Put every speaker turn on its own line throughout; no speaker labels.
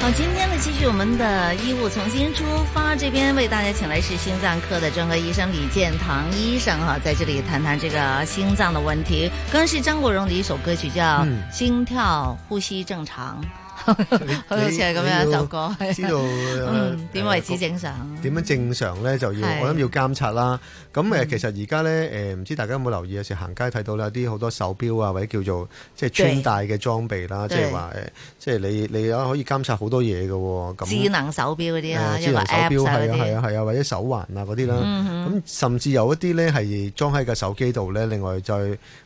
好，今天呢，繼續我們的醫務重新出發，這邊為大家請來是心臟科的專科醫生李健堂醫生哈，在這裡談談這個心臟的問題。剛剛是張國榮的一首歌曲叫
嗯
《心跳呼吸正常》，好似係咁樣一首歌，
你要 知道哎
嗯，點為之
止
正常？
點樣正常咧，就要
係嗯
我諗要監察啦。咁誒，其實而家咧誒，唔知大家有冇留意？有時行街睇到啦，啲好多手錶啊，或者叫做即係穿戴嘅裝備啦，即
對
係話誒，即係你你可以監察好多嘢嘅喎。
智
咁
能手錶嗰啲啦，
誒
一
智
個
能手
app
錶
啊
呃
嗰
係啊係
啲，
啊係啊，或者手環啊嗰啲啦。
嗯
咁甚至有一啲咧係裝喺個手機度咧，另外再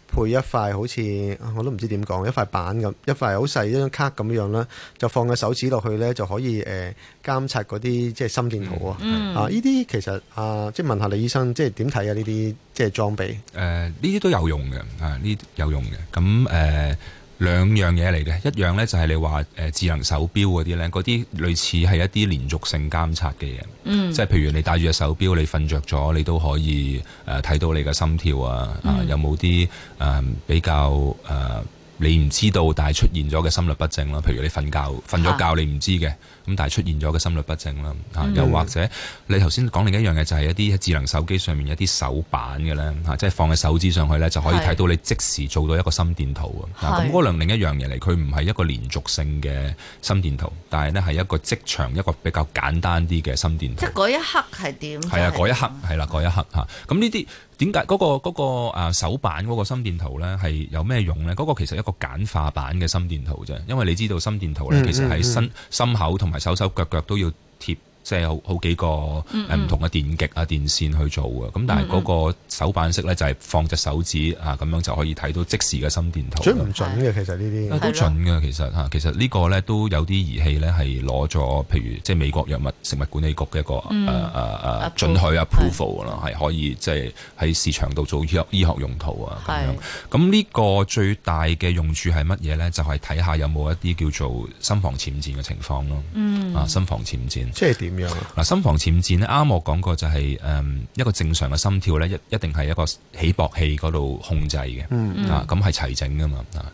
配一塊好似啊我都唔知點講，一塊板咁，一塊好細一張卡咁樣啦，就放個手指落去咧，就可以誒監察嗰啲即係心電圖啊。
嗯
啊！呢啲其實啊，即係問下李醫生，即係點睇啊？呢啲即係裝備，
誒呃呢啲都有用嘅，啊呢啲有用嘅。咁誒、呃、兩樣嘢嚟嘅，一樣呢就係你話誒、呃智能手錶嗰啲呢，嗰啲類似係一啲連續性監察嘅嘢，
嗯
即係譬如你戴住隻手錶，你瞓着咗，你都可以誒睇、到你嘅心跳啊，啊
嗯
有冇啲誒比較誒。呃你唔知道，但係出現咗嘅心律不正啦，譬如你瞓覺瞓咗覺，你唔知嘅，咁但係出現咗嘅心律不正啦，嚇、
嗯
又或者你頭先講另一樣嘢就係一啲喺智能手機上面一啲手板嘅咧嚇，即係放喺手指上去咧就可以
係
睇到你即時做到一個心電圖啊。啊
係
咁嗰兩另一樣嘢嚟，佢唔係一個連續性嘅心電圖，但係咧係一個即場一個比較簡單啲嘅心電圖
即係。嗰一刻係點？
係啊，
真
嗰一刻係啦，嗰一刻嚇。咁呢啲點解嗰個嗰、個啊手板嗰個心電圖呢係有咩用呢？嗰、個其實一個簡化版嘅心電圖啫，因為你知道心電圖呢，
嗯
其實
嗯
喺
嗯
身心口同埋手手腳腳都要貼。即係好好幾個
嗯
誒唔同嘅電極啊、電線去做嘅，咁但係嗰個手板式呢，就係放隻手指啊，咁樣就可以睇到即時嘅心電圖啦。
準唔準嘅？其實呢
啊都
係咯
準嘅，其實嚇，其實呢個咧都有啲儀器咧係攞咗，譬如即係美國藥物食物管理局嘅一個誒
嗯
誒誒
Approve，
准許啊 approval 啦，係可以即係喺市場度做醫學醫學用途啊咁樣
係。
咁呢個最大嘅用處係乜嘢咧？就係睇下有冇一啲叫做心房潛戰嘅情況咯。嗯，啊，心房潛戰。
啲即係點樣啊？
嗱，心房潛戰咧，啱我講過就係、誒一個正常嘅心跳咧，一一定係一個起搏器嗰度控制嘅，
嗯
啊，咁係齊整噶嘛，啊，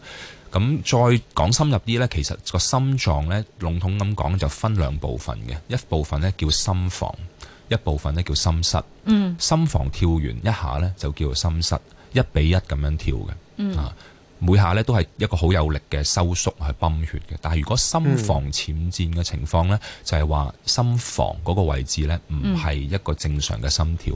咁再講深入啲咧，其實個心臟咧，籠統咁講就分兩部分嘅，一部分咧叫心房，一部分咧叫心室。
嗯
心房跳完一下咧就叫做心室，一比一咁樣跳嘅，啊，每下咧都係一個好有力嘅收縮去泵血嘅。但係如果心房潛戰嘅情況咧，就係話心房嗰個位置咧唔係一個正常嘅心跳，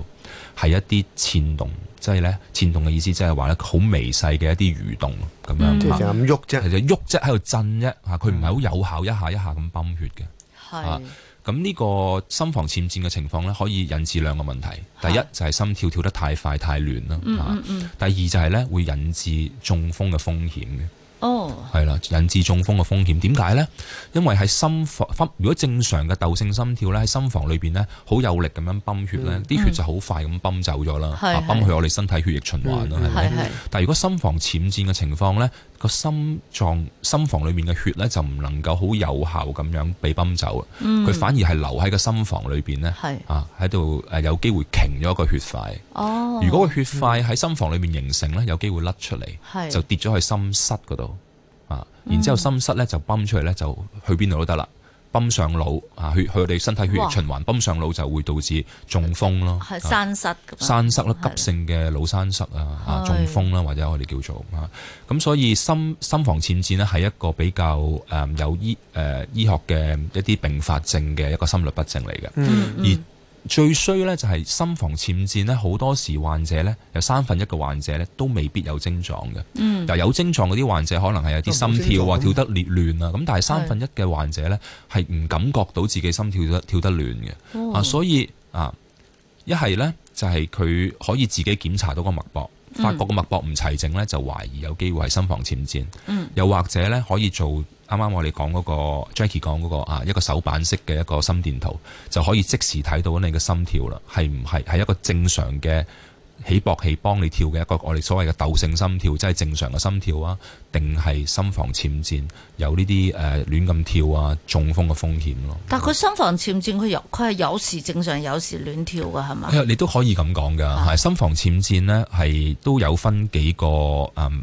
係一啲顫動，即係咧顫動嘅意思即係話咧好微細嘅一啲蠕動咁
即
樣
係成
嚇，
日咁喐
其
啫。
實喐啫喺度震啫嚇，佢唔係好有效一下一下咁泵血嘅。啊
係
咁呢個心房潛戰嘅情況咧，可以引致兩個問題。第一
嚇
就係心跳跳得太快太亂啦，
啊嗯
嚇
嗯嗯
第二就係咧會引致中風嘅風險嘅，
哦
係啦，引致中風嘅風險點解呢？因為喺心房，心如果正常嘅竇性心跳咧，喺心房裏邊咧好有力咁樣泵血咧，啲、血就好快咁泵走咗啦，
嗯係
啊
係嗯
泵去我哋身體血液循環啦，係
係
咪？
係
但係如果心房潛戰嘅情況呢，個心臟心房裏面嘅血呢，就唔能夠好有效咁樣被泵走啦，佢、反而係留喺個心房裏邊呢，
嗯係
啊喺度誒有機會擎咗個血塊。
哦，
嗯如果個血塊喺心房裏面形成呢，有機會甩出
係嗯
嚟，就跌咗去心室嗰度啊。然之後心室呢，就泵出嚟呢，就去邊度都得啦。泵上腦啊，血去我哋身體血液
哇
循環，泵上腦就會導致中風咯。
係
啊
山室咁樣
山塞啦，
係
急性嘅腦山塞啊，啊
係
中風啦，或者我哋叫做啊，咁所以心心房潛戰呢，係一個比較誒、呃有醫誒、呃、醫學嘅一啲並發症嘅一個心律不正嚟嘅，
嗯
而最衰呢，就係心房潛戰呢，好多時患者呢，有三分一嘅患者呢，都未必有症狀嘅，
嗯
但有症狀嗰啲患者可能係有啲
都冇
心跳啊
症狀
跳得亂亂啊，咁但係三分一嘅患者呢，係唔感覺到自己心跳得跳得亂嘅。
哦
啊，所以啊，一係呢，就係、佢可以自己檢查到個脈搏，
嗯
發覺個脈搏唔齊整呢，就懷疑有機會係心房潛戰。
嗯
又或者呢，可以做啱啱我哋講嗰個 Jackie 講嗰、個啊一個手板式嘅一個心電圖，就可以即時睇到你嘅心跳啦，係唔係係一個正常嘅起搏器幫你跳嘅一個我哋所謂嘅竇性心跳，即係正常嘅心跳啊，定係心房纖顫有呢啲誒亂咁跳啊中風嘅風險咯。
但佢心房纖顫，佢有佢係有時正常，有時亂跳噶係嘛？啊
誒哎你都可以咁講㗎，係心房纖顫呢，係都有分幾個嗯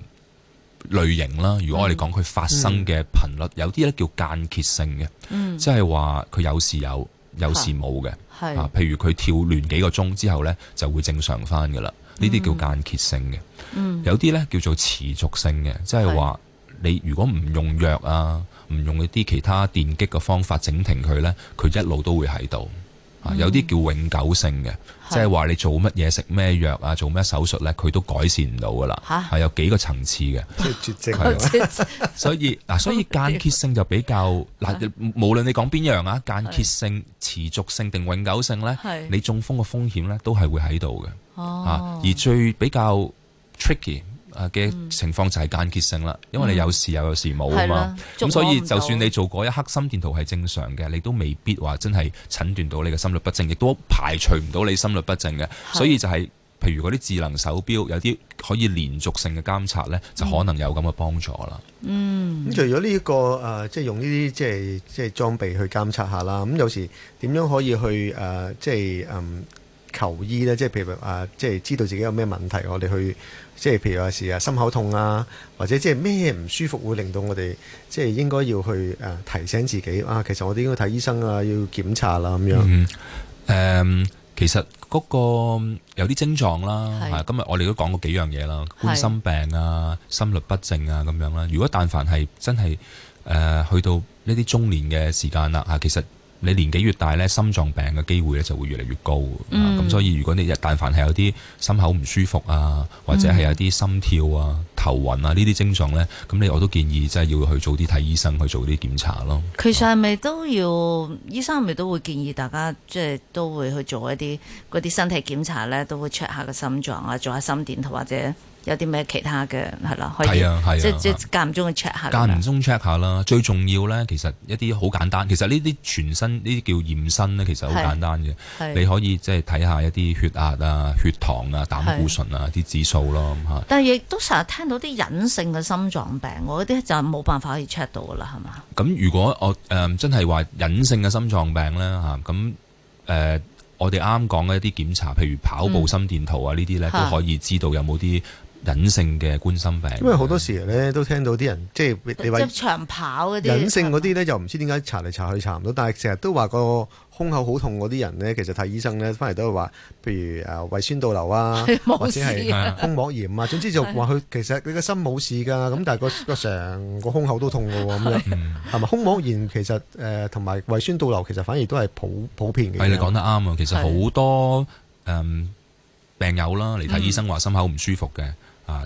類型啦。
嗯
如果我哋講佢發生嘅頻率，有啲咧叫間歇性嘅，
嗯，
即係話佢有時有，有時冇嘅。啊
係，，
譬如佢跳亂幾個鐘之後呢，就會正常翻噶啦。呢啲叫間歇性嘅，
嗯，
有啲呢叫做持續性嘅，即係話你如果唔用藥啊，唔用一啲其他電擊嘅方法整停佢呢，佢一路都會喺度。
嗯
啊，有啲叫永久性嘅，即係話你做乜嘢食咩藥啊，做咩手術呢，佢都改善唔到噶啦。
嚇
係有幾個層次嘅。
即係絕症啊
啊
係
咁樣。
所以 嗱，所以間歇性就比較
啊
嗱，無論你講邊樣啊，間歇性、持續性定永久性咧
係，
你中風嘅風險咧都係會喺度嘅 啊
哦。，
而最比較 tricky 啊嘅情況就係間歇性啦，因為你有時有，有時冇
嗯
啊
係啦
嘛。咁所
捉摸
以
唔到
就算你做嗰一刻心電圖係正常嘅，你都未必話真係診斷到你嘅心律不正，亦都排除唔到你心律不正嘅。所以就係、譬如嗰啲智能手錶，有啲可以連續性嘅監察呢，就
嗯
可能有咁嘅幫助啦。
咁除咗呢一個誒，即係用呢啲即係即係裝備去監察下啦。咁有時點樣可以去誒、呃即係嗯求醫咧？即係譬如誒、呃即係知道自己有咩問題，我哋去即係譬如有時啊心口痛啊，或者即係咩唔舒服會令到我哋即係應該要去誒、呃提醒自己啊，其實我哋應該睇醫生啊，要檢查啦咁樣。
嗯，誒、嗯其實嗰個嗯有啲症狀啦，
係
係今日我哋都講過幾樣嘢啦，
係
冠心病啊、心律不正啊咁樣啦。如果但凡係真係誒、呃去到呢啲中年嘅時間啦，啊，其實你年紀越大咧，心臟病嘅機會咧就會越嚟越高。啊
嗯
咁、所以如果你日但凡係有啲心口唔舒服啊，或者
嗯
係有啲心跳啊、頭暈啊呢啲症狀咧，咁你我都建議真係要去早啲睇醫生去做啲檢查咯。
其實係咪都要醫生係咪都會建議大家即係都會去做一啲嗰啲身體檢查咧，都會 check 下個心臟啊，做下心電圖或者有啲咩其他嘅係啦，可以
係啊，係啊，
即即
啊
間唔中去 check 下咁樣。
間唔中 check 下啦，最重要呢，其實一啲好簡單，其實呢啲全身呢啲叫驗身呢，其實好
係
簡單嘅。你
係
可以即係睇下一啲血壓啊、血糖啊、膽固醇啊啲指數咯嚇。
但係亦都成日聽到啲隱性嘅心臟病，我嗰啲就冇辦法可以 check 到噶啦，係嘛？
咁如果我誒、呃真係話隱性嘅心臟病呢，嚇，咁、誒我哋啱啱講嘅一啲檢查，譬如跑步心電圖啊呢啲呢，
嗯嚇
都可以知道有冇啲隱性嘅冠心病。
因為好多時咧都聽到啲人即係你話
即係長跑嗰啲
隱性嗰啲咧，就唔知點解查嚟查去查唔到，但係成日都話個胸口好痛嗰啲人咧，其實睇醫生咧，翻嚟都係話，譬如誒胃酸倒流啊，
冇
或者
事啊
係胸膜炎啊，總之就話佢其實你個心冇事㗎，咁但係個個成個胸口都痛㗎喎，咁樣係咪？胸膜炎其實誒同埋胃酸倒流其實反而都係普普遍嘅嘢。
係你講得啱啊！其實
係
好多誒、嗯病友啦，嚟睇醫生話心口唔舒服嘅
嗯
啊，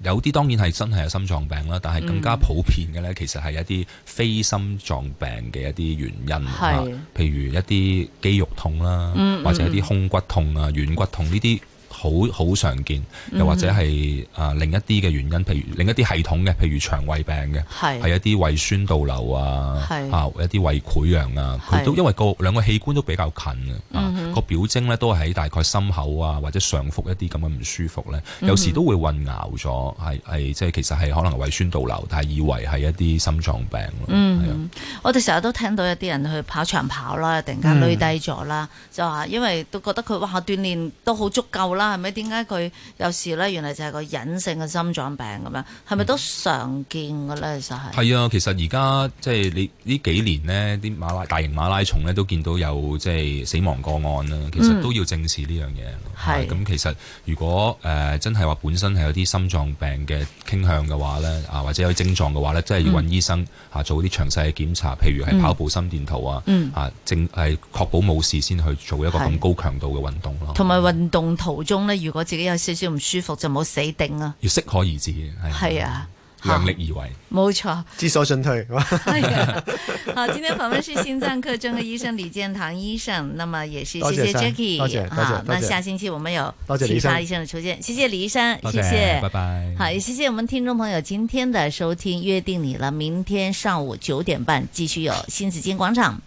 有啲當然係真係有心臟病啦，但係更加普遍嘅
嗯
呢，其實係一啲非心臟病嘅一啲原因
係嗯
啊，譬如一啲肌肉痛啦，或者一啲胸骨痛啊、軟骨痛呢啲。好好常見，又或者
嗯
係啊另一啲嘅原因，譬如另一啲系統嘅，譬如腸胃病嘅，係
啊
係
一啲胃酸倒流啊，
係
啊一啲胃潰瘍啊，佢都
係嗯
因為個兩個器官都比較近嘅，啊個表徵咧都係喺大概心口啊或者上腹一啲咁嘅唔舒服咧，
嗯
有時都會混淆咗，係係即係其實係可能胃酸倒流，但係以為係一啲心臟病咯，係啊。
嗯我哋成日都聽到有啲人去跑長跑啦，突然間累低咗啦，
嗯
就話因為都覺得佢哇鍛鍊都好足夠啦，係咪？點解佢有時咧原來就係個隱性嘅心臟病咁樣，係
嗯
咪都常見嘅咧？其實係
係啊，其實而家即係你呢幾年呢啲馬拉大型馬拉松咧都見到有即係死亡個案啦，其實
嗯
都要正視呢樣嘢。
係
係啊咁，其實如果誒、呃真係話本身係有啲心臟病嘅傾向嘅話咧，啊或者有啲症狀嘅話咧，真係
嗯
要揾醫生啊做啲詳細嘅檢查，譬如係跑步心電圖啊，
嗯
啊正係確保冇事先去做一個
係
咁高強度嘅運動咯。
同埋運動途中咧，如果自己有少少唔舒服，就冇死定啊！
要適可而止，係
係啊，
量力而為。
冇錯。
知所進退。
哎呀， 好，今天訪問是心臟科专科医生李建堂医生，那么也是
多
谢
谢
谢
晒
Jackie，
多谢多谢
好，
多
那
谢
下星期我们有
多谢李
其
医生
他医生的出现，谢谢李医生，
多
谢
謝，
谢，
拜拜。
好，也谢谢我们听众朋友今天的收听，约定你了，明天上午九点半继续有新紫金广场，拜拜。